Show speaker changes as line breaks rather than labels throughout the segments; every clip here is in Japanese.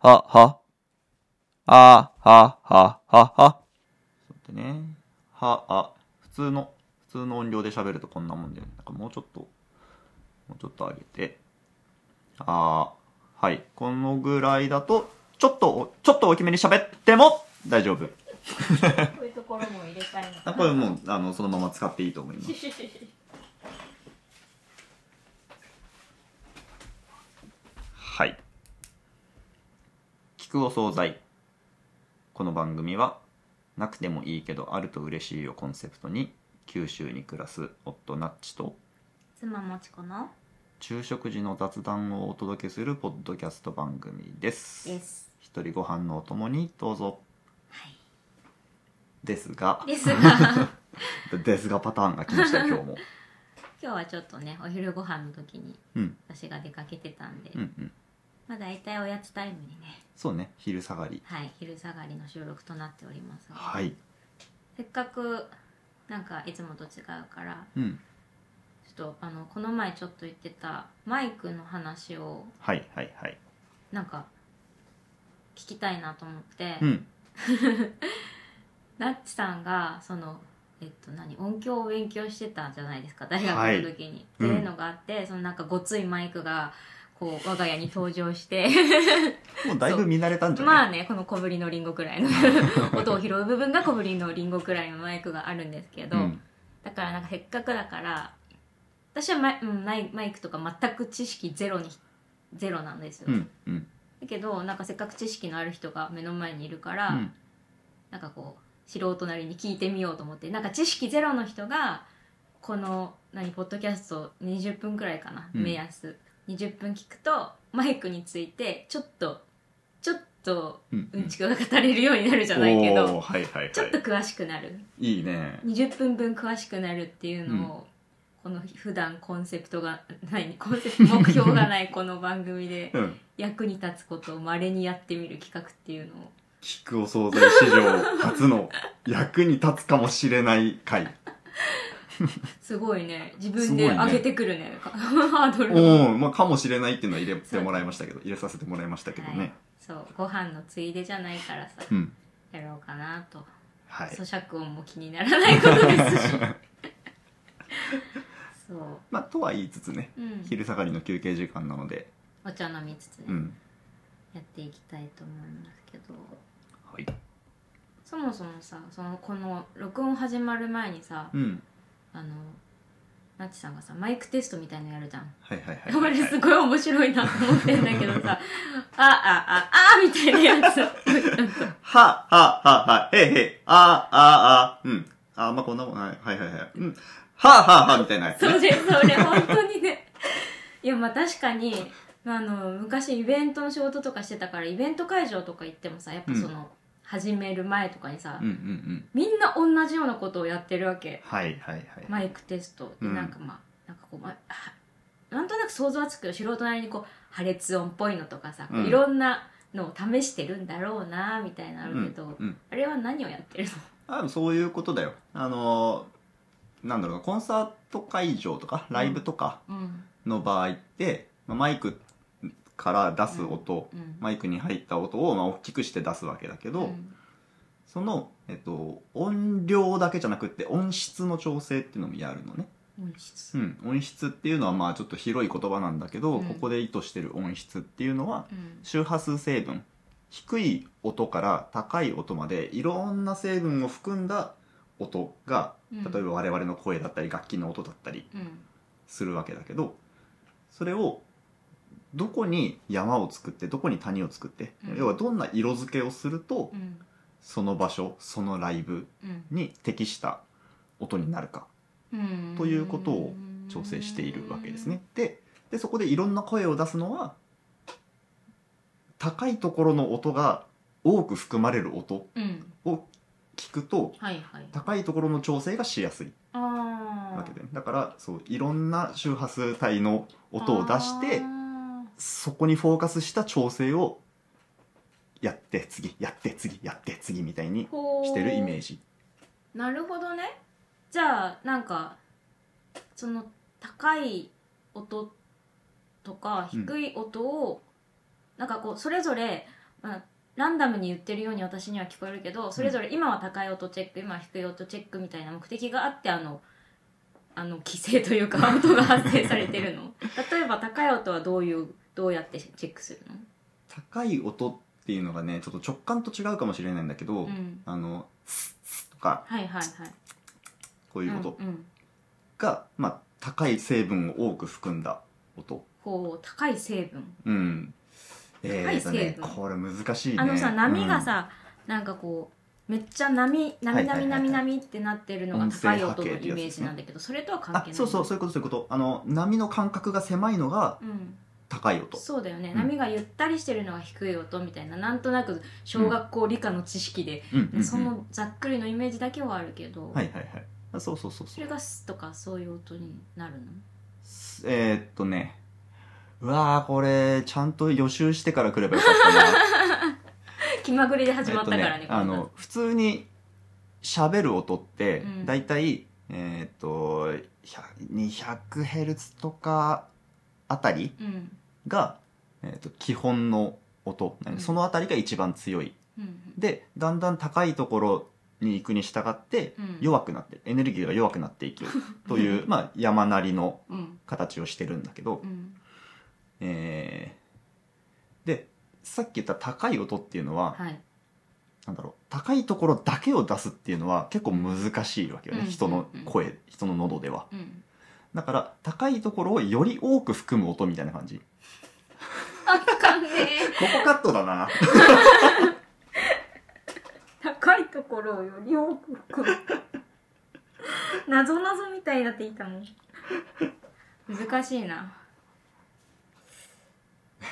は、は。あ、は、は、は、は。ちょっと待ってね。は、あ。普通の、普通の音量で喋るとこんなもんだよね。なんかもうちょっと、もうちょっと上げて。あ、はい。このぐらいだと、ちょっと、ちょっと大きめに喋っても大丈夫。
こういうところも入れたいのか
あ
な。
これもう、あの、そのまま使っていいと思います。はい。聞くお惣菜。この番組は、なくてもいいけどあると嬉しいをコンセプトに、九州に暮らす夫ナッチと、
妻もちこの
昼食時の雑談をお届けするポッドキャスト番組です。
です。
一人ご飯のお供にどうぞ。ですが、
ですが、今
ですがパターンが来ま したよ、今日も。
日はちょっとね、お昼ご飯の時に
うん、
私が出かけてたんで、
うん、うん。
まあ大体おやつタイムにね、
そうね、昼下がり。
はい、昼下がりの収録となっておりますが、
はい。
せっかく、なんかいつもと違うから、
うん。
ちょっとあの、この前ちょっと言ってたマイクの話を、
はい、はい、はい。
なんか、聞きたいなと思って、
うん。
ナッチさんがそのえっと何音響を勉強してたじゃないですか大学の時に、
はいうん
っていうのがあってそのなんかごついマイクがこう我が家に登場して
もうだいぶ見慣れたんじゃない
まあねこの小ぶりのリンゴくらい の音を拾う部分が小ぶりのリンゴくらいのマイクがあるんですけど、
うん
だからなんかせっかくだから私はマイ,、うん、マイマイクとか全く知識ゼロにゼロなんですよ、
うんうん
だけどなんかせっかく知識のある人が目の前にいるから、
うん
なんかこう素人なりに聞いてみようと思ってなんか知識ゼロの人がこの何ポッドキャスト20分くらいかな、
うん
目安20分聞くとマイクについてちょっとちょっと
うん
うんちくが語れるようになるじゃないけど、
おーはいはいはい
ちょっと詳しくなる
いいね
20分分詳しくなるっていうのを、この普段コンセプトが ないコンセプト目標がないこの番組で
うん
役に立つことをまれにやってみる企画っていうのを
聞くお惣菜史上初の役に立つかもしれない回
すごいね自分で上げてくるね ハードルを
うんまあかもしれないっていうのは入れてもらいましたけど入れさせてもらいましたけど
はい
ね、
そうご飯のついでじゃないからさ
うん
やろうかなと、
はい
咀嚼音も気にならないことですし そ
まあとは言いつつね
う、うん、
昼下がりの休憩時間なので
お茶飲みつつね、
うん
やっていきたいと思いますけど
はい
そもそもさそのこの録音始まる前にさ、
うん
あのなっちさんがさマイクテストみたいのやるじゃん
はいはいはい
これすごい面白いなと思ってんだけど さ、あ、あ、あ、あ、みたいなやつ。
は、は、は、は、へいへい、あ、あ、あ、うん。あ、まあ、こんなもん、はい、はい、はい、はい。うん。は、は、は、みたいなやつ
そう
ね。
です、それ、本当にね。いや、まあ確かに、まああの、昔イベントの仕事とかしてたから、イベント会場とか行ってもさ、やっぱその、始める前とかにさ、
うんうんうん。
みんな同じようなことをやってるわけ。
はいはいはい。
マイクテスト
う
で、
ん
なんかまあ、なんかこう、まあ、なんとなく想像はつくよ。素人なりにこう、破裂音っぽいのとかさ、こう
うん
いろんなのを試してるんだろうな、みたいなのあ
う
る
ん
けど、
うん、
あれは何をやってるの
あでもそういうことだよあのーなんだろうなコンサート会場とかライブとか
うん
の場合って、まあマイクから出す音、
うん
マイクに入った音をまあ大きくして出すわけだけど、
うん
その、えっと、音量だけじゃなくって音質の調整っていうのもやるのね、
音
う
質
ん、音質っていうのはまあちょっと広い言葉なんだけど、
うん
ここで意図してる音質っていうのは
うん
周波数成分低い音から高い音までいろんな成分を含んだ音が
うん
例えば我々の声だったり楽器の音だったり
うん
するわけだけどそれをどこに山を作ってどこに谷を作って、
うん
要はどんな色付けをすると
うん
その場所そのライブ
うん
に適した音になるか
うん
ということを調整しているわけですね。ででそこでいろんな声を出すのは高いところの音が多く含まれる音
うん
を聞くと
はいはい
高いところの調整がしやすい
あ
わけでだからそういろんな周波数帯の音を出してそこにフォーカスした調整をやって次やって次やって次みたいにしてるイメー
ジ
ジ
なるほどねじゃあなんかその高い音とか低い音を、なんかこうそれぞれまあ、ランダムに言ってるように私には聞こえるけどそれぞれ今は高い音チェック今は低い音チェックみたいな目的があってあのあの規制とい うか音が発生されてるの例えば高い音はどういうどうやってチェックする
高い音っていうのがねちょっと直感と違うかもしれないんだけど、
のうん
あのスッスッとか
はいはいはい
こういう音
うんうん、
が、まあ、高い成分を多く含んだ音
こう高い成分
うんえーとね
高い成分
これ難しいね
あのさ波が、さ、なんかこうめっちゃ波
は
波
いはいはい
波
はい
波波ってなってるのが
音声
高い
波
音の
形って
イ
やつ
メ
で
ー
す
ジ
ね
なんだけどそれとは
うん
関係
あ
ない
そうそうそういうことそういうことあの波の間隔が狭いのが
うん、
高い音
そうだよね、
うん
波がゆったりしてるのが低い音みたいななんとなく小学校理科の知識で、
うんうんうん
そのざっくりのイメージだけはあるけど、
はいはいはいあそうそうそう
そ
そう
れが「す」とかそういう音になるの
すえー、っとねうわーこれちゃんと予習してから来ればよかったな
気まぐれで 始まったからね,
えっと
こ
あ
んな、
の普通に喋る音って
うん
大体、えーっと200ヘルツとかあたり
うん
が、えーっと基本の音、
うん
そのあたりが一番強い
うん
でだんだん高いところに行くに従って
うん
弱くなってエネルギーが弱くなってい くという、まあ、山なりの
うん
形をしてるんだけど、
うん
えーでさっき言った高い音っていうのは、
はい
なんだろう高いところだけを出すっていうのは結構難しいわけよね、
うん
人の声人の喉では
うん
だから高いところをより多く含む音みたいな感じこ
あかんねえ
こカットだ な
高いところをより多く含むなぞなぞみたいになっていたもん難しい な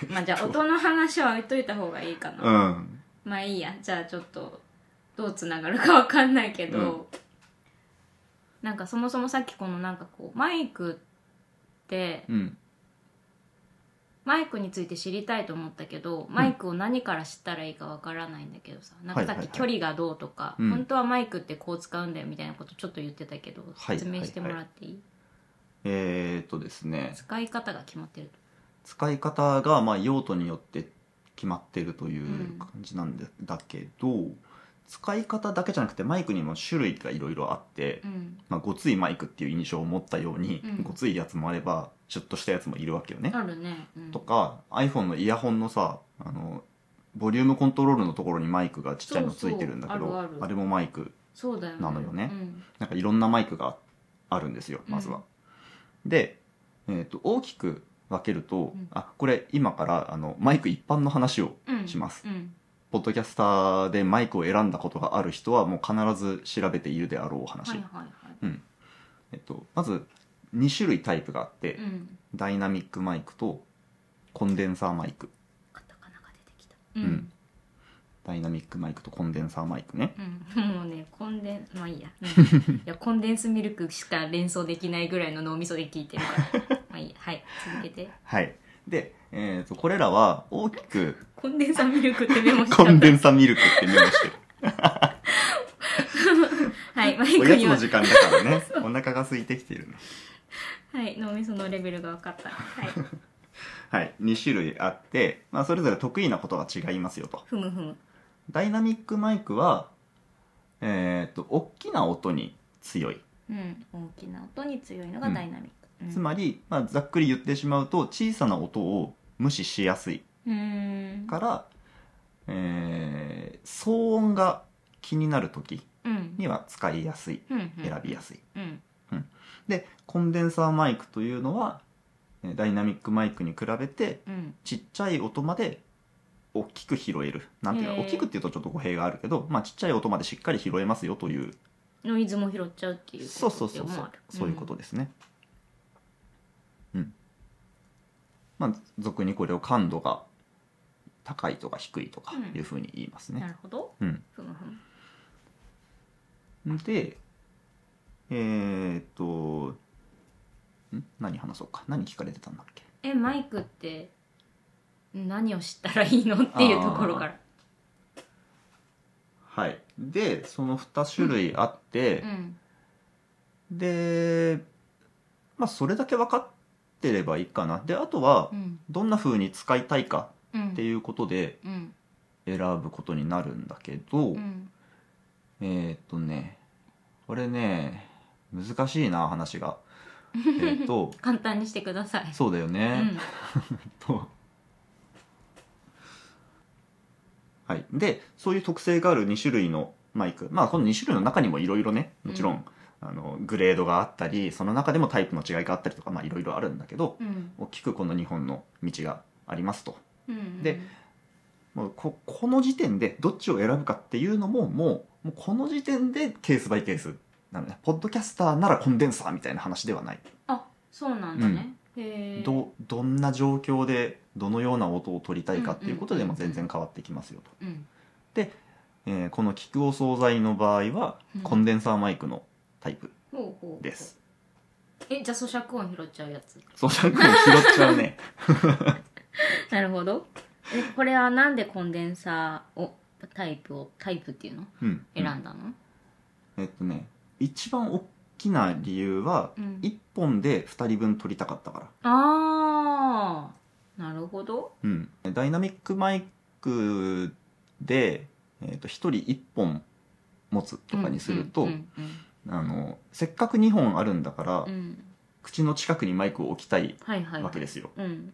まあじゃあ音の話は置いといた方がいいかな、
うん
まあいいやじゃあちょっとどうつながるかわかんないけど、
うん
なんかそもそもさっきこのなんかこうマイクって
うん
マイクについて知りたいと思ったけどマイクを何から知ったらいいかわからないんだけどさ、なんかさ
はいは
っ
い
き
はい
距離がどうとか、
うん
本当はマイクってこう使うんだよみたいなことちょっと言ってたけど
はい
説明してもらっていい、
えー、っとですね
使い方が決まってる
使い方がまあ用途によって決まってるという
うん
感じなんでだけど、使い方だけじゃなくてマイクにも種類がいろいろあって、
とうん
まあ、ごついマイクっていう印象を持ったように、
うん
ごついやつもあればシュッとしたやつもいるわけよね、
あるね、うん
とか iPhone のイヤホンのさあのボリュームコントロールのところにマイクがちっちゃいのついてるんだけど
そうそうあるあ
れ
る
もマイク
そうだよね
なのよね
うん
なんかいろんなマイクがあるんですよまずは、で、えー、と大きく分けると、
うん
あこれ今からあのマイク一般の話を
うん
します
うん
ポッドキャスターでマイクを選んだことがある人はもう必ず調べているであろうお話、
はいはいはい
えっと、まず2種類タイプがあって、
うん
ダイナミックマイクとコンデンサーマイク
カタカナが出てきた
う
う
んダイナミックマイクとコンデンサーマイクね
うん、もうねコンデンま あいいや、うんいやコンデンスミルクしか連想できないぐらいの脳みそで聞いてるからまあいいやはい続けて
はい。で、えー、とこれらは大き く
コンデンサミルクってメモしちゃ
コン
っ
デンサミルクってメモして る。
たはいマイ
お
ク
やつ
に
の
は
時間だからね。お腹が空いてきてるね。
はい脳みそのレベルが分かったはい
はい。2種類あって、まあ、それぞれ得意なことが違いますよと。
ふむふむ
ダイナミックマイクは、えっ、と、大きな音に強い。
うん大きな音に強いのがダイナミック、うん
つまり、まあ、ざっくり言ってしまうと、小さな音を無視しやすいう
ーん
から、えー騒音が気になる時
うん
には使いやすい。
うんうん
選びやすい。
うん
でコンデンサーマイクというのはえーダイナミックマイクに比べて
うん
ちっちゃい音まで大きく拾えるなんていうか
へー
大きくっていうとちょっと語弊があるけど、まあ、ちっちゃい音までしっかり拾えますよという
ノイズも拾っちゃうっていう
そうそう
って
そう
思
そう
われる
そういうことですねうんまあ俗にこれを感度が高いとか低いとかいうふうに言います
うんな
ね、
るほど
うん、
ふむふむ
でえー、っとん何話そうか何聞かれてたんだっけ
えマイクって何を知ったらいいのっていうところから
はいでその2種類あって
う、ん
でまあそれだけ分かってればいいかなであとは
うん
どんな風に使いたいか
うん
っていうことで、
うん
選ぶことになるんだけど、
うん
えーっとねこれね難しいな話がえーっ と
簡単にしてください
そうだよ
う
ね、
ん
とはい、でそういう特性がある2種類のマイクまあこの2種類の中にもいろいろねもちろん、
う
あのグレードがあったりその中でもタイプの違いがあったりとかまあいろいろあるんだけど
うん
大きくこの2本の道がありますと
うん
でもうここの時点でどっちを選ぶかっていうのももうもうこの時点でケースバイケースなのねポッドキャスターならコンデンサーみたいな話ではない
あそうなんだね、へえ
どどんな状況でどのような音を取りたいかっていうことでも全然変わってきますよと、
うん
えーこの聞くお惣菜の場合は
うん
コンデンサーマイクのタイプ
ほうほうほう
です、
えじゃあ咀嚼音拾っちゃうやつ
そうしゃくを拾っちゃうね
なるほどえこれはなんでコンデンサーをタイプをタイプっていうの
うん
選んだの
えっとね一番大きな理由は
うん、
1本で2人分取りたかったから
ああなるほど
うん、ダイナミックマイクで、えー、と1人1本持つとかにすると、
うん
あのせっかく2本あるんだから、
うんうんうん
口の近くにマイクを置きたい
はいはい、はい、
わけですよ。
うん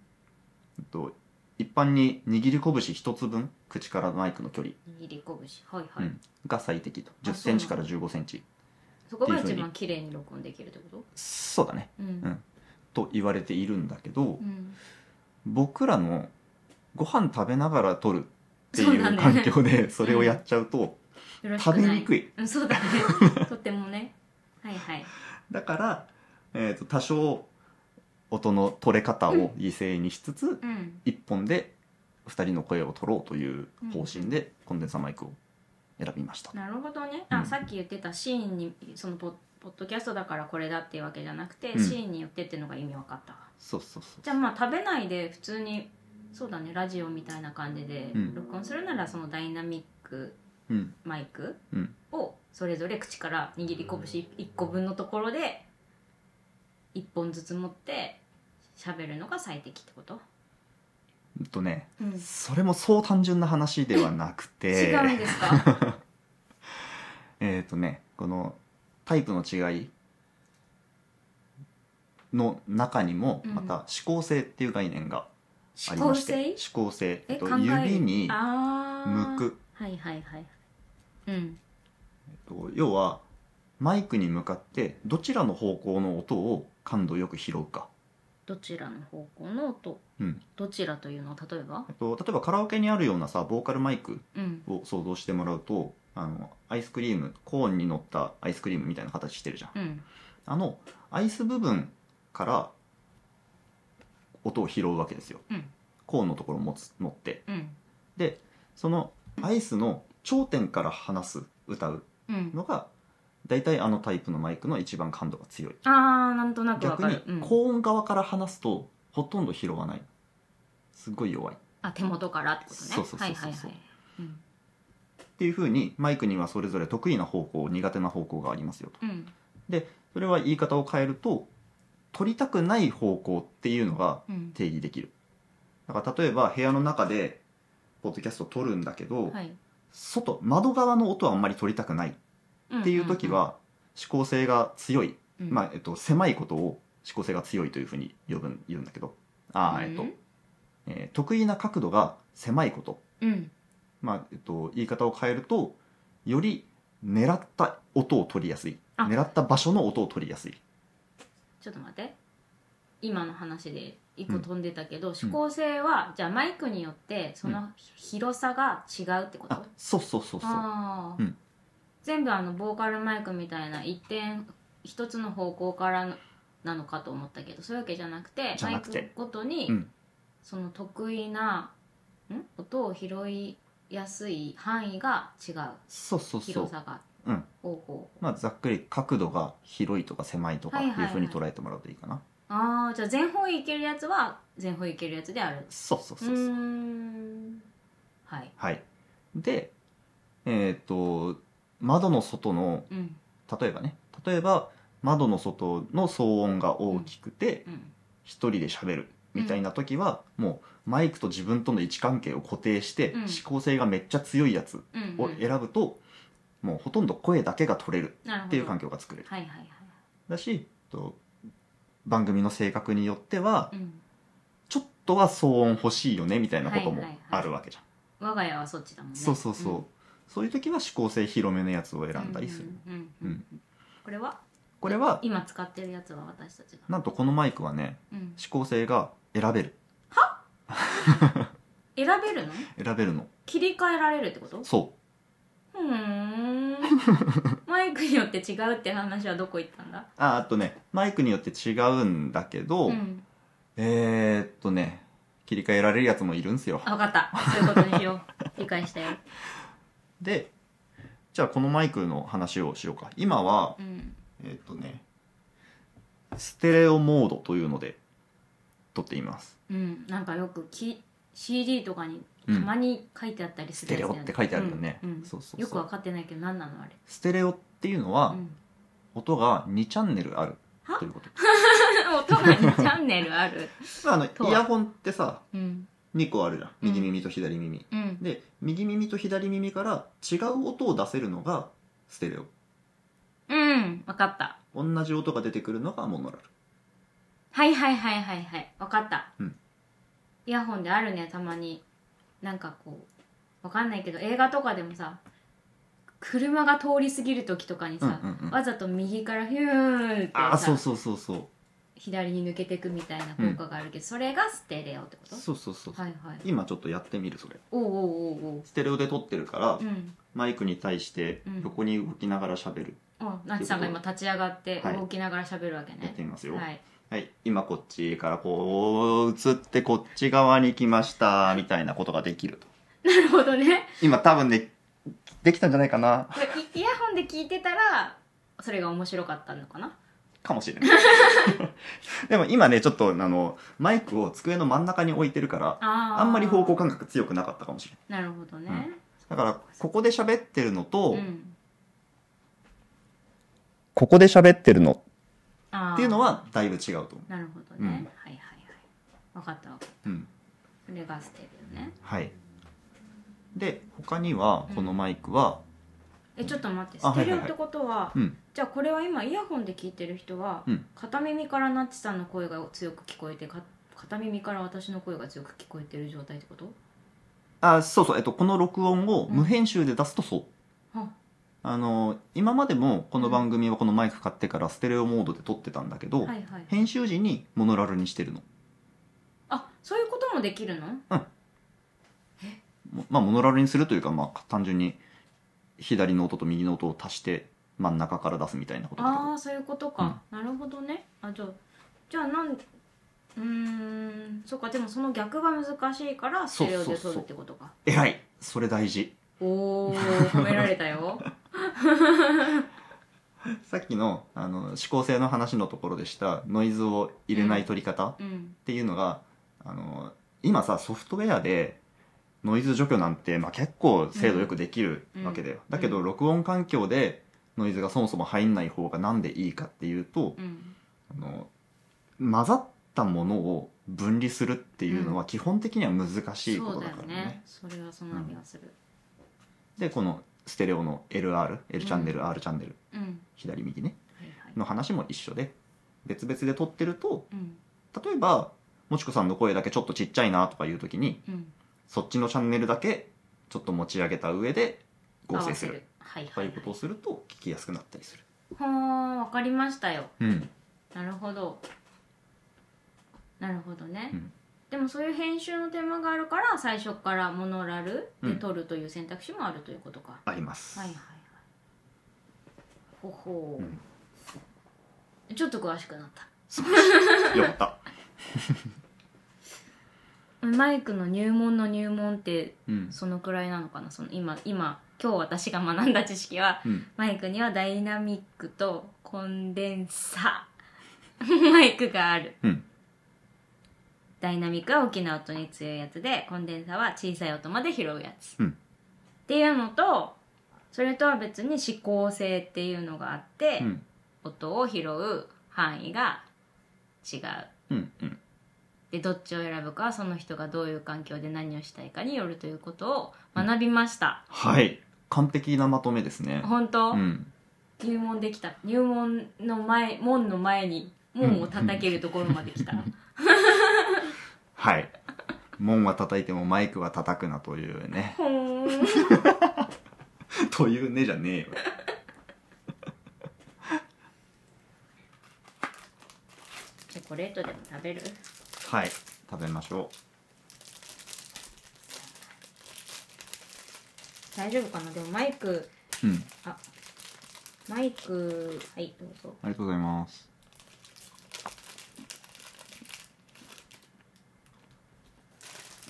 えっと一般に握り拳1つ分口からマイクの距離
握り拳はいはい、
うんが最適と
あ
1 0ンチから1 5ンチ
そこが
っていう
一
ふう
番綺麗に録音できるってこと
そうだね
う
うん
ん
と言われているんだけど
うん
僕らのご飯食べながら撮るって
そう
い
だね
う環境 でそれをやっちゃうと
よろしく
食べ
な
にくい
うんそう だねとってもねはいはい
だから、えー、と多少音の取れ方を犠牲にしつつ、
うん
一本で二人の声を取ろうという方針でコンデンサーマイクを選びました、
なるほどね、
う
あ
ん
さっき言ってたシーンにそのポッポッドキャストだからこれだっていうわけじゃなくて、
うん
シーンによってっていうのが意味わかったわ
そうそうそう
じゃあまあ食べないで普通にそうだねラジオみたいな感じで
うん
録音するならそのダイナミック
うん
マイク
うん
をそれぞれ口から握り拳1個分のところで1本ずつ持って喋るのが最適ってこと、
うんとね
うん違うん
それもそう単純な話ではなくて
ですか
えっとねこのタイプの違いの中にも
うん
また指向性っていう概念があ
指
り
向
まして、
性
指向性
え
えっと
考える
指に
あー
向く
はいはいはいうん
と要はマイクに向かってどちらの方向の音を感度よく拾うか、
どちらの方向の音
うん、
どちらというのは例えば
えっと例えばカラオケにあるようなさボーカルマイク
うん
を想像してもらうとあのアイスクリームコーンに乗ったアイスクリームみたいな形してるじゃん
うん
あのアイス部分から音を拾うわけですよ、
うん
コーンのところを持つ持って
うん
でそのアイスの頂点から話す歌う
うん
のが大体あのタイプのマイクの一番感度が強い
ああなんとなくわ
逆
か
に
る、うん、
高音側から話すとほとんど拾わないすっごい弱いっ
あ手元からってことね
そうそうそうそう
はいはいはい、うん
ていうふうにマイクにはそれぞれ得意な方向苦手な方向がありますよと
うん
それは言い方を変えると取りたくない方向っていうのが
うん
定義できるだから例えば部屋の中でポッドキャストを撮るんだけど、
はい、
外窓側の音はあんまり撮りたくないっていう時は指向性が強い、
うん、うんうん
まあえっと、狭いことを指向性が強いというふうに呼ぶん言うんだけどああ、えっと
うん
えー得意な角度が狭いこと、
うん
まあえっと、言い方を変えるとより狙った音を取りやすい
あ
狙った場所の音を取りやすい
ちょっと待って今の話で一個飛んでたけど、指向性はじゃあマイクによってその広さが違うってこと、
あそうそうそうそう
あー
うん
全部あのボーカルマイクみたいな一点一つの方向からのなのかと思ったけどそういうわけじゃなくて
じゃなくて
マイクごとに、
うん
その得意なん音を拾いやすい範囲が違う
そうそうそう
広さが
うん
方向
まあ、ざっくり角度が広いとか狭いとか
はい
いう
はいはい
ふうに捉えてもらうといいかな、
ああじゃあ全方位いけるやつは全方位いけるやつである
そうそうそ
う
うそう、
ーんはい
はいでえっ、と窓の外の
うん
例えばね例えば窓の外の騒音が大きくて
うん
一人で喋るみたいな時はもうマイクと自分との位置関係を固定して、
うん
指向性がめっちゃ強いやつ
うんうん
を選ぶと、もうほとんど声だけが取れる
なるほど
っていう環境が作れる
はいはいはい
だしと番組の性格によっては、
うん
ちょっとは騒音欲しいよねみたいなこともあるわけじゃん、
我が家はそっちだもんね
そうそうそう、そういう時は指向性広めのやつを選んだりする、
うんうん
う
うんんうんこれは
これは
今使ってるやつは私たちだ
なんとこのマイクはね
うん
指向性が選べる
選べるの
選べるの
切り替えられるってこと
そう
ーんマイクによって違うって話はどこ行ったんだ
うああとねマイクによって違うんだけど、
うん
えー、っとね切り替えられるやつもいるんすよ
あ分かったそういうことにしよう 理解したよ
でじゃあこのマイクの話をしようか今は
うん
えー、っとねステレオモードというので撮っています
うんなんかよくき CD とかに
う
た
ん
まに書いてあったり
ス
する
テ
やつ
レ
だ
オって書いてあるよね、
うんうん
そうそうそう
よく分かってないけど何なのあれ
ステレオっていうのは、
うん
音が2チャンネルある
は
ということ
音が2チャンネルある
まああの
とは
イヤホンってさ
うん
2個あるじゃん右耳と左耳、
うん
で右耳と左耳から違う音を出せるのがステレオ
うん分かった
同じ音が出てくるのがモノラル
はいはいはいはいはい分かった、
うん
イヤホンであるねたまになんかこう分かんないけど映画とかでもさ車が通り過ぎる時とかにさ、
うんうんうん
わざと右からヒューンって
ああそう
さ
そうそうそう
左に抜けていくみたいな効果があるけど、それがステレオってこと
そうそうそう、
はいはい
今ちょっとやってみるそれ
おうおうおうおう
ステレオで撮ってるから、
うん
マイクに対して
うん
横に動きながら喋る、
あなっちさんが今立ち上がって
はい
動きながら喋るわけ
やっ
ね
てみますよ
は
はい、
い
今こっちからこう映ってこっち側に来ましたみたいなことができると
なるほどね
今多分ねできたんじゃないかな
これイイヤホンで聞いてたらそれが面白かったのかな
かもしれない でも今ねちょっとあのマイクを机の真ん中に置いてるから
あー
あんまり方向感覚強くなかったかもしれない
なるほどね、
だからここで喋ってるのと、
うん
ここで喋ってるの
あー
っていうのはだいぶ違うと思う、
なるほどね、
うん
はいはいはい分かった分かった
うん、
これがステレオね
はいで他にはこのマイクは、
えちょっと待って
あ
ステレ
はいはいは
オ
い
ってことは,、
うん
じゃあこれは今イヤホンで聞いてる人は、
うん
片耳からナッチさんの声が強く聞こえてか片耳から私の声が強く聞こえてる状態ってこと
あそうそう、えっと、この録音を無編集で出すとそう、
あ
あの今までもこの番組はこのマイク買ってからステレオモードで撮ってたんだけど、
はいはい
編集時にモノラルにしてるの
あそういうこともできるの
もまあモノラルにするというか、まあ、単純に左の音と右の音を足して真ん中から出すみたいなことだけ
ああそういうことか、なるほどねあじゃあじゃあなんうーんそっかでもその逆が難しいからステレオで撮るってことか
ど偉いそれ大事
おお褒められたよ
さっきのあの指向性の話のところでしたノイズを入れない撮り方、
うん
っていうのがあの今さソフトウェアでノイズ除去なんて、まあ、結構精度よくできるわけだよ、
うん
だけど録音環境でノイズがそもそも入んない方がなんでいいかっていうと
うん
あの混ざったものを分離するっていうのは基本的には難しいこ
そ
と
うだ
だ
よ
からね,、
ねそれはそんな気がする
でこのステレオの LRL チャンネル、R チャンネル
うん、
左右ね
はいはい
の話も一緒で別々で撮ってると
うん
例えばもちこさんの声だけちょっとちっちゃいなとかいう時に
うん
そっちのチャンネルだけちょっと持ち上げた上で合成する
はいは
と
い
いうことをすると聞きやすくなったりする。
はあわかりましたよ
うん、
なるほどなるほどね、
うん
でもそういう編集の手間があるから最初からモノラルで撮るという選択肢もあるということか、
あります。
はいはいはいほほう、
うん
ちょっと詳しくなった
よかった。
マイクの入門の入門って
うん、
そのくらいなのかなその今今今日私が学んだ知識は
うん、
マイクにはダイナミックとコンデンサ ーマイクがある
うん、
ダイナミックは大きな音に強いやつでコンデンサーは小さい音まで拾うやつ、
うん
っていうのとそれとは別に指向性っていうのがあって、
うん、
音を拾う範囲が違う
うん、うん、
でどっちを選ぶかその人がどういう環境で何をしたいかによるということを学びました、
はい完璧なまとめですね
本当、
うん
入門できた入門の前門の前に門を叩けるところまで来た、
はい門は叩いてもマイクは叩くなというね
ほーん
というねじゃねえよ
チョコレートでも食べる
はい食べましょ
大丈夫かなでもマイク
ううん
マイクはいどうぞ
ありがとうございます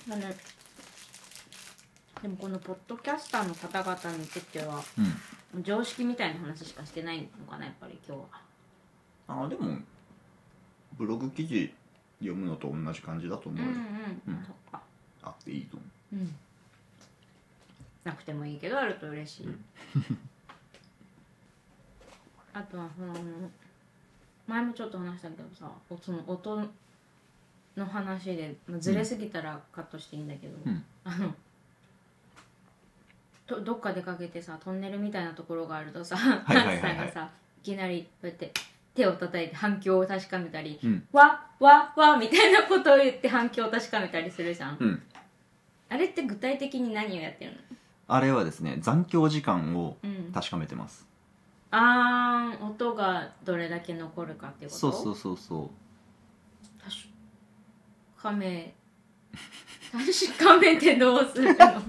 まあねでもこのポッドキャスターの方々については
うん
常識みたいな話しかしてないのかなやっぱり今日は
あでもブログ記事読むのと同じ感じだと思
うん
う、
うん、
うん
そっか
あっていいと思う
うんなくてもいいけどあると嬉しい あとはその前もちょっと話したけどさおその音の話で、まあ、ずれすぎたらカットしていいんだけど、
うん
あのとどっか出かけてさトンネルみたいなところがあるとさ
いはいはいはい
さんがさいきなりこうやって手を叩いて反響を確かめたり
うん
「わわわ」みたいなことを言って反響を確かめたりするじゃん、
うん
あれって具体的に何をやってるの
あれはですね残響時間を
うん
確かめてます、
あーん音がどれだけ残るかっていうこと
そうそううそうそう
確かめ確かめてどうするの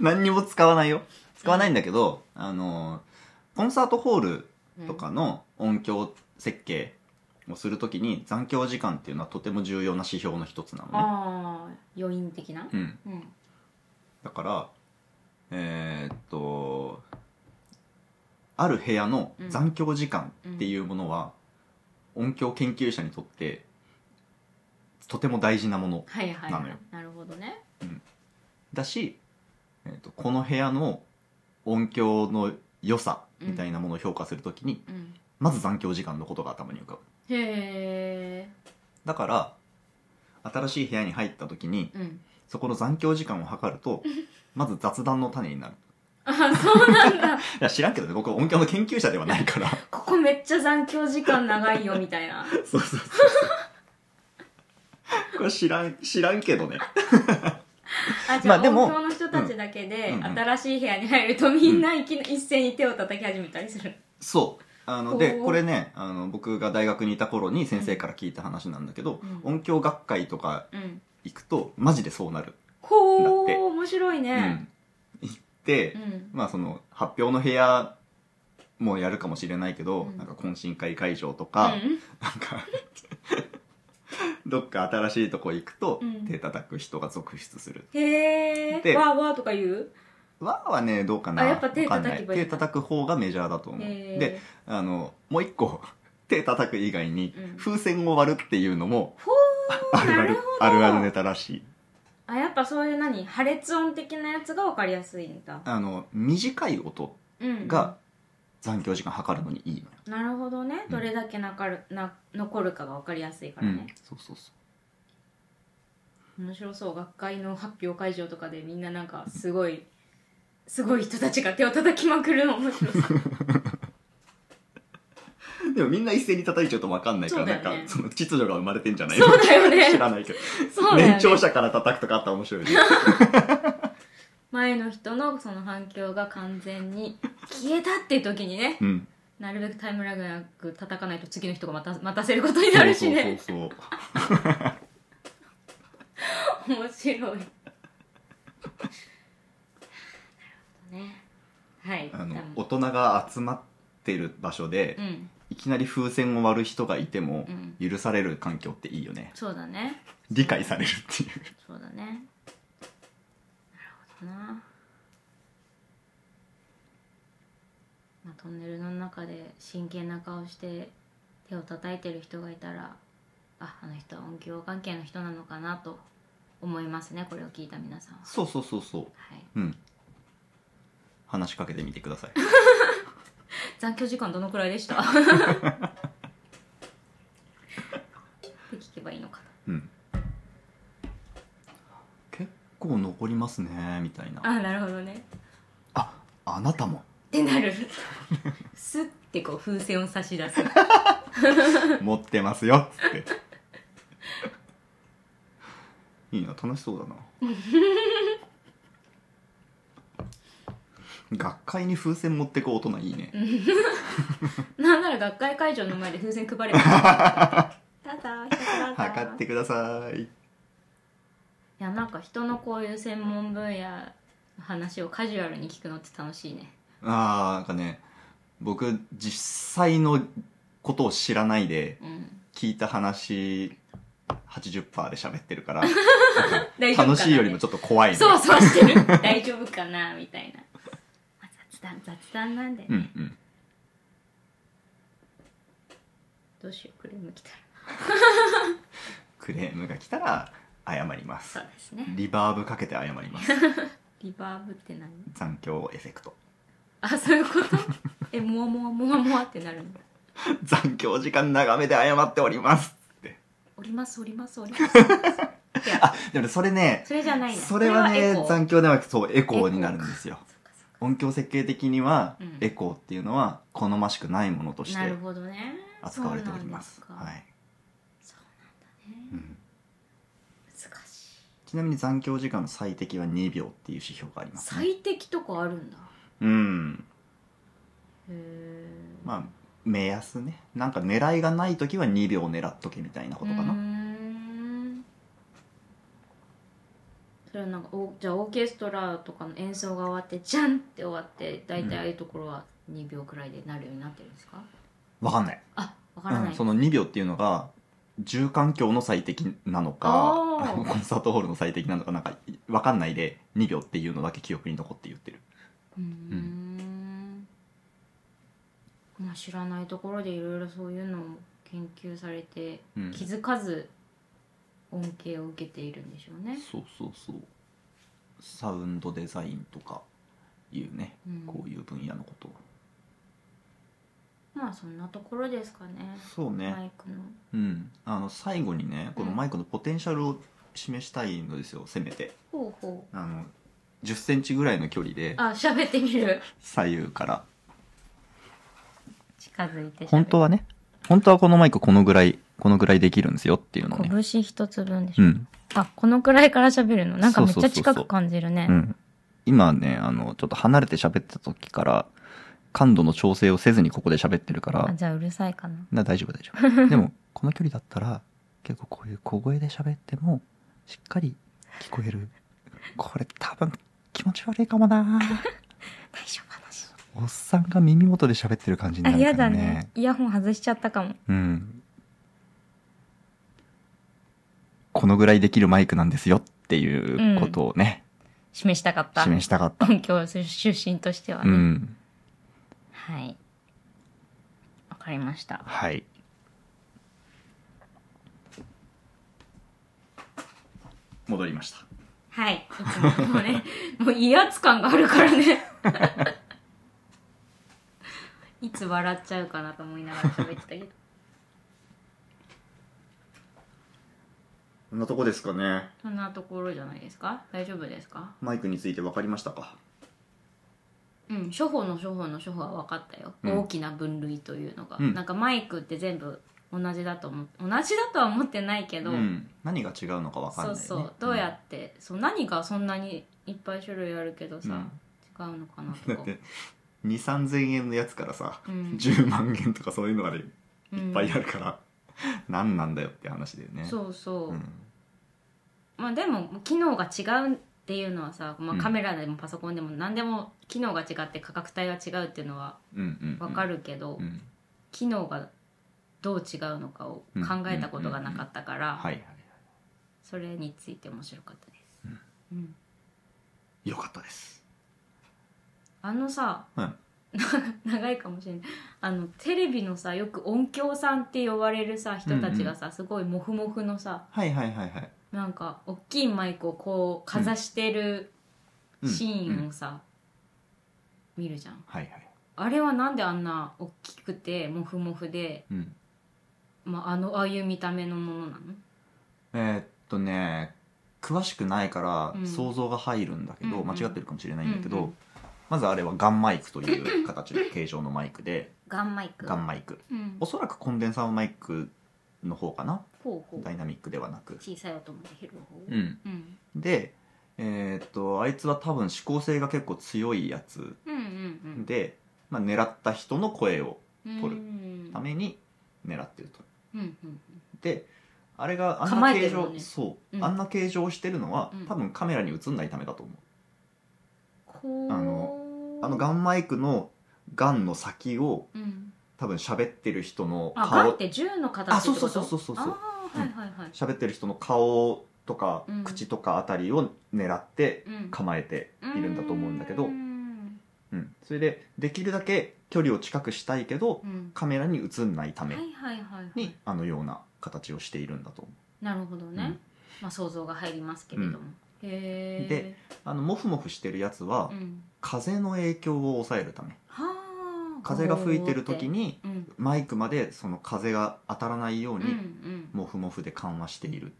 何にも使わないよ使わないんだけど、あのコンサートホール とかの音響設計をするときに残響時間っていうのはとても重要な指標の一つな
うん
のね、
ああ余韻的な
うん、
うん
だからえーっとある部屋の残響時間っていうものは、音響研究者にとってとても大事なもの
はいはい
な
は
のよ
いなるほどね
だし、えーっとこの部屋の音響の良さみたいなものを評価するときに、
うん
まず残響時間のことが頭に浮かぶ
へえ
だから新しい部屋に入った時に
うん
そこの残響時間を測る とまず雑談の種になる
あそうなん だ
いや知らんけどね僕は音響の研究者ではないから
ここめっちゃ残響時間長いよみた いな
そうそうそうこれ知らん知らんけどね
あじ
ま
ゃあ、
あでも
音響の人たちだけで、
うんうんうん
新しい部屋に入るとみんないきな一斉に手を叩き始めたりする
そうあので
おー
これねあの僕が大学にいた頃に先生から聞いた話なんだけど、
うん
音響学会とか
うん
行くとマジでそうなる、
ほ
だって
う面白いね
うん、行って、
うん
まあその発表の部屋もやるかもしれないけど、
うん
なんか懇親会会場とか、
うん
なんかどっか新しいとこ行くと
うん
手叩く人が続出する、
へえ
で
わーわーとか言う
わーはねどうかな
あやっぱ手
わかんない
叩けばいい
手叩く方がメジャーだと思う
へー
であのもう一個 手叩く以外に
うん
風船を割るっていうのも
ほう
あるあ
な
る
るほど
あるあるネタらしい
あやっぱそういう何破裂音的なやつが分かりやすいんだ
あの短い音
うん
が残響時間測るのにいいのよ、
なるほどね
ん
どれだけなかるな残るかが分かりやすいか
う
ら
ん
ね、
そうそうそう
面白そう学会の発表会場とかでみんななんかすごいすごい人たちが手を叩きまくるの 面白そう
でもみんな一斉に叩いちゃうと分かんないから、
そうだ
なん
よね
か、その秩序が生まれてんじゃない
そうだよね
知らないけど。
そうだよ
年
ね
長者から叩くとかあったら面白 いね。
前の人のその反響が完全に消えたっていう時にね
うん。
なるべくタイムラグなく叩かないと次の人が待た待たせることになるしね
そうそうそうそう。
面白いなるほどねはい
あの
多、分
大人が集まってる場所で、
うん
いきなり風船を割る人がいても
う、ん
許される環境っていいよね。
そうだね
理解されるっていう。
そうだねなるほどな、まあ、トンネルの中で真剣な顔して手を叩いてる人がいたらああの人は音響関係の人なのかなと思いますねこれを聞いた皆さんは
そうそうそうそう。
はい
うん。話しかけてみてく ださい。
残響時間どのくらいでしたって聞けばいいのか
うん。
な
構残りますねみたいな
あなるほどね
ああなたも
ってなるスッてこう風船を差し出す
持ってますよっつっていいな楽しそうだな学会に風船持ってこう大人いいね
なんなら学会会場の前で風船配れ ばただひたすら
測ってください
いやなんか人のこういう専門分野の話をカジュアルに聞くのって楽しいね
あーなんかね僕実際のことを知らないで
うん
聞いた話80%で喋ってる から
大丈夫かな
楽しいよりもちょっと怖いね
そわそわしてる大丈夫かなみたいな、まあ、雑談雑談なんで、ね
うんうん
どうしようクレーム来たら
クレームが来たら謝りま
そ
す
うですね
リバーブかけて謝ります
リバーブって何
残響エフェクト
あそういうこと えもわもわもわもわってなるの
残響時間長めで謝っておりますって
おりますおりますおります いや
あでもねそれね
それじゃないな
それは
エ
ね
コー
残響ではなくそうエコーになるんですよ
そうかそ
音響設計的には、
うん
エコーっていうのは好ましくないものと
うか
し
なる
て
ほどね
扱われております
そうな
は
んだ
い、
そうなん
う
だね
ん
難しい
ちなみに残響時間の最適は2秒っていう指標があります、ね、
最適とかあるんだ
うん
へえ
まあ目安ねなんか狙いがない時は2秒狙っとけみたいなことか
うー
な、
んそれはなんかおじゃあオーケストラとかの演奏が終わってジャンって終わって大体ああいうところは2秒くらいでなるようになってるんですか、
わかんない
あわからない、
うん、その2秒っていうのが住環境の最適なのか
あー
あ のコンサートホールの最適なのかなんか分かんないで2秒っていうのだけ記憶に残って言ってる
うーんまあ知らないところでいろいろそういうのを研究されて
うん
気づかず恩恵を受けているんでしょうね、
そうそうそうサウンドデザインとかいうね
うん
こういう分野のこと
まあそんなところですかね
そうね、
マイクの
うんあの最後にねこのマイクのポテンシャルを示したいのですよせめて
ほうほう
あの1 0ンチぐらいの距離で
あ喋ってみる
左右から
近づいて喋る
本当はね本当はこのマイクこのぐらいこのぐらいできるんですよっていうのね
拳一つ分でし
う
ょ、
ん
あこのくらいから喋るのなんかめっちゃ近く感じるね
うん、今ねあのちょっと離れて喋ってた時から感度の調整をせずにここで喋ってるから
あじゃあうるさいかな
な大丈夫大丈 夫でもこの距離だったら結構こういう小声で喋ってもしっかり聞こえるこれ多分気持ち悪いかも な
大丈夫話
おっさんが耳元で喋ってる感じに
あ
なるから
嫌
ね
だねイヤホン外しちゃったかも
うんこのぐらいできるマイクなんですよっていうことをね、
示したかった
示したかった
音響出身としては
う
ね、
ん
はいわかりました
はい戻りました
はいいつももうねもう威圧感があるからね いつ笑っちゃうかなと思いながら喋ってたけど
こんなとこですかね
そんなところじゃないですか大丈夫ですか
マイクについて分かりましたか
うん、処方の処方の処方は分かったよ、
うん
大きな分類というのが、
うん
なんかマイクって全部同じだと思同じだとは思ってないけど、
うん、何が違うのか分かん
そ
ないうね
そうどうやって、そう何がそんなにいっぱい種類あるけどさ、
うん
違うのかな
だ
と
っ
か
て2 3千円のやつからさ、
うん
10万円とかそういうのまでいっ
うん
ぱいあるから、何なんだよって話だよね
そうそう、
うん
まあでも機能が違うっていうのはさ、ま
う
あ、
ん
カメラでもパソコンでも何でも機能が違って価格帯が違うっていうのは
うんうんうん
分かるけど、
うん
機能がどう違うのかを考えたことがなかったから、
はいはいは
それについて面白かったです、うん
いよかったです
あのさ、
うん
長いかもしれないあのテレビのさよく音響さんって呼ばれるさ人たちがさ、すごいモフモフのさ
はいはいはいはい
なんか大きいマイクをこうかざしてる
うん
シーン
うん
をさ、見るじゃん
はいはい
あれはなんであんな大きくてモフモフで、
うん
まあ、あのああいう見た目のものなの
えーっとね詳しくないか
うん
ら想像が入るんだけど、
うんうん
間違ってるかもしれないんだけど、
うんうん
まずあれはガンマイクという形の形状のマイクで
ガンマイク
ガンマイク
うん
おそらくコンデンサーマイクの方かな
ほうほう
ダイナミックではなく、
小さい音も拾う方
うん、
うん
でえーっとあいつは多分指向性が結構強いやつ
うんうん
で、まあ、狙った人の声を
うん
取る
うん
ために狙ってると
うんうん
であれがあん
構
な
え
形
てるよ
状、
ね
そう、
うん
あんな形状をしてるのは、
うん
多分カメラに映んないためだと思う
こう
ああのガンマイクのガンの先を
うん
多分喋ってる人の
あガンっ
顔
て銃の形
あ
って
そう
こと
そうそうそうそうそう
あーはいはいはい
喋ってる人の顔とか
うん
口とかあたりを狙って
うん
構えているんだと思うんだけど、
う
うん
ん
それでできるだけ距離を近くしたいけど
うん
カメラに映んないた
は
め
いはいはいは
に、
い
あのような形をしているんだと思う
なるほど
う
ね
ん
まあ想像が入りますけれどもへえ
であのモフモフしてるやつは、
うん
風の影響を抑えるため
はあ
風が吹いてる時に
うんうん
マイクまでその風が当たらないよう
う
に、
ん
モフモフで緩和している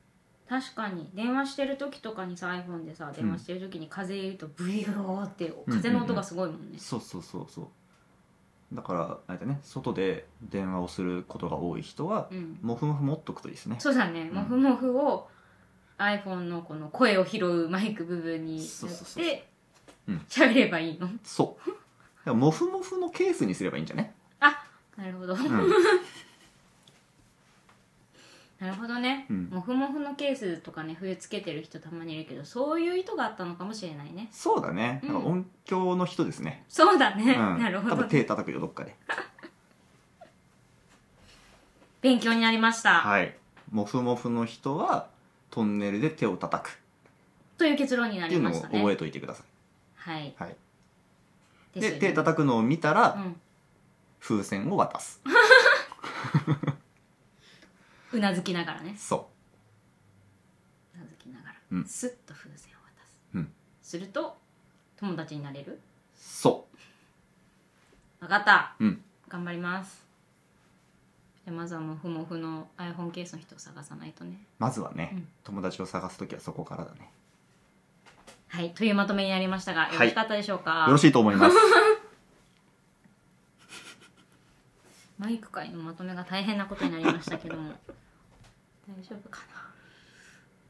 確かに電話してる時とかにさ iPhone でさ電話してる時に風言うとブイローって風の音がすごいもんね
そうそうそうそうだからあれだね外で電話をすることが多い人は
うん
モフモフ持っとくといいですね
そうだね
うん
モフモフを iPhone のこの声を拾うマイク部分にや
そうそう
っ
そう
て
うん
喋ればいいの
そうだからモフモフのケースにすればいいんじゃね、
なるほど
うん、
なるほどね、
うん
モフモフのケースとかね冬つけてる人たまにいるけどそういう意図があったのかもしれないね
そうだね
うん
なんか音響の人ですね、
そうだ
う
ね、
ん、
なるほ
多
ど
分手叩くよどっかで
勉強になりました、
はいモフモフの人はトンネルで手を叩く
という結論にな
っていう
り
の
ま
を
した
覚
ね
えといてくださ
はい、
はいい
です
で
よね
手叩くのを見たら、
うん
風船を渡す
うなずきながらね
そう
なずきながら、
うん
スッと風船を渡す、
うん
すると友達になれる
うそ
分かった、
うん
頑張りますでまずはモフモフの iPhone ケースの人を探さないとね
うまずはね、
うん
友達を探す時はそこからだね
はいというまとめになりましたがよろしかったでしょうか、
よろしいと思います
マイク界のまとめが大変なことになりましたけども 大丈夫か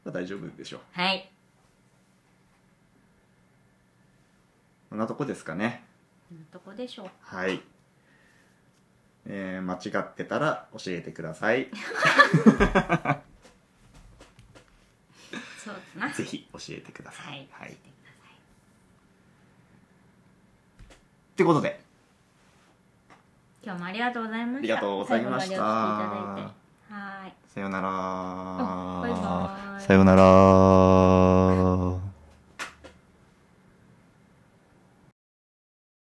大丈夫でしょう
なはい
こんなとこですかね
こんなとこでしょう
はい、えー、間違ってたら教えてくださ い
そうだな
ぜひ教えてくださ
はい
い、はい、っ
教えてください
てことで
今日もありがとうございました
ありがとうございました
最後までお聞きいただいてはーい
さようなら
あバイバイ
さようなら